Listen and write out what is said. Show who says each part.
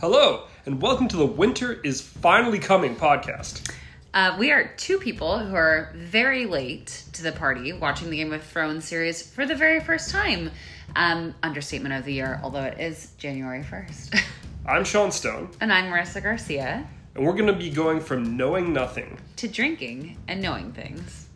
Speaker 1: Hello, and welcome to the Winter is Finally Coming podcast.
Speaker 2: Uh, we are two people who are very late to the party watching the Game of Thrones series for the very first time. Um, understatement of the year, although it is January 1st.
Speaker 1: I'm Sean Stone,
Speaker 2: and I'm Marissa Garcia
Speaker 1: and we're going to be going from knowing nothing
Speaker 2: to drinking and knowing things.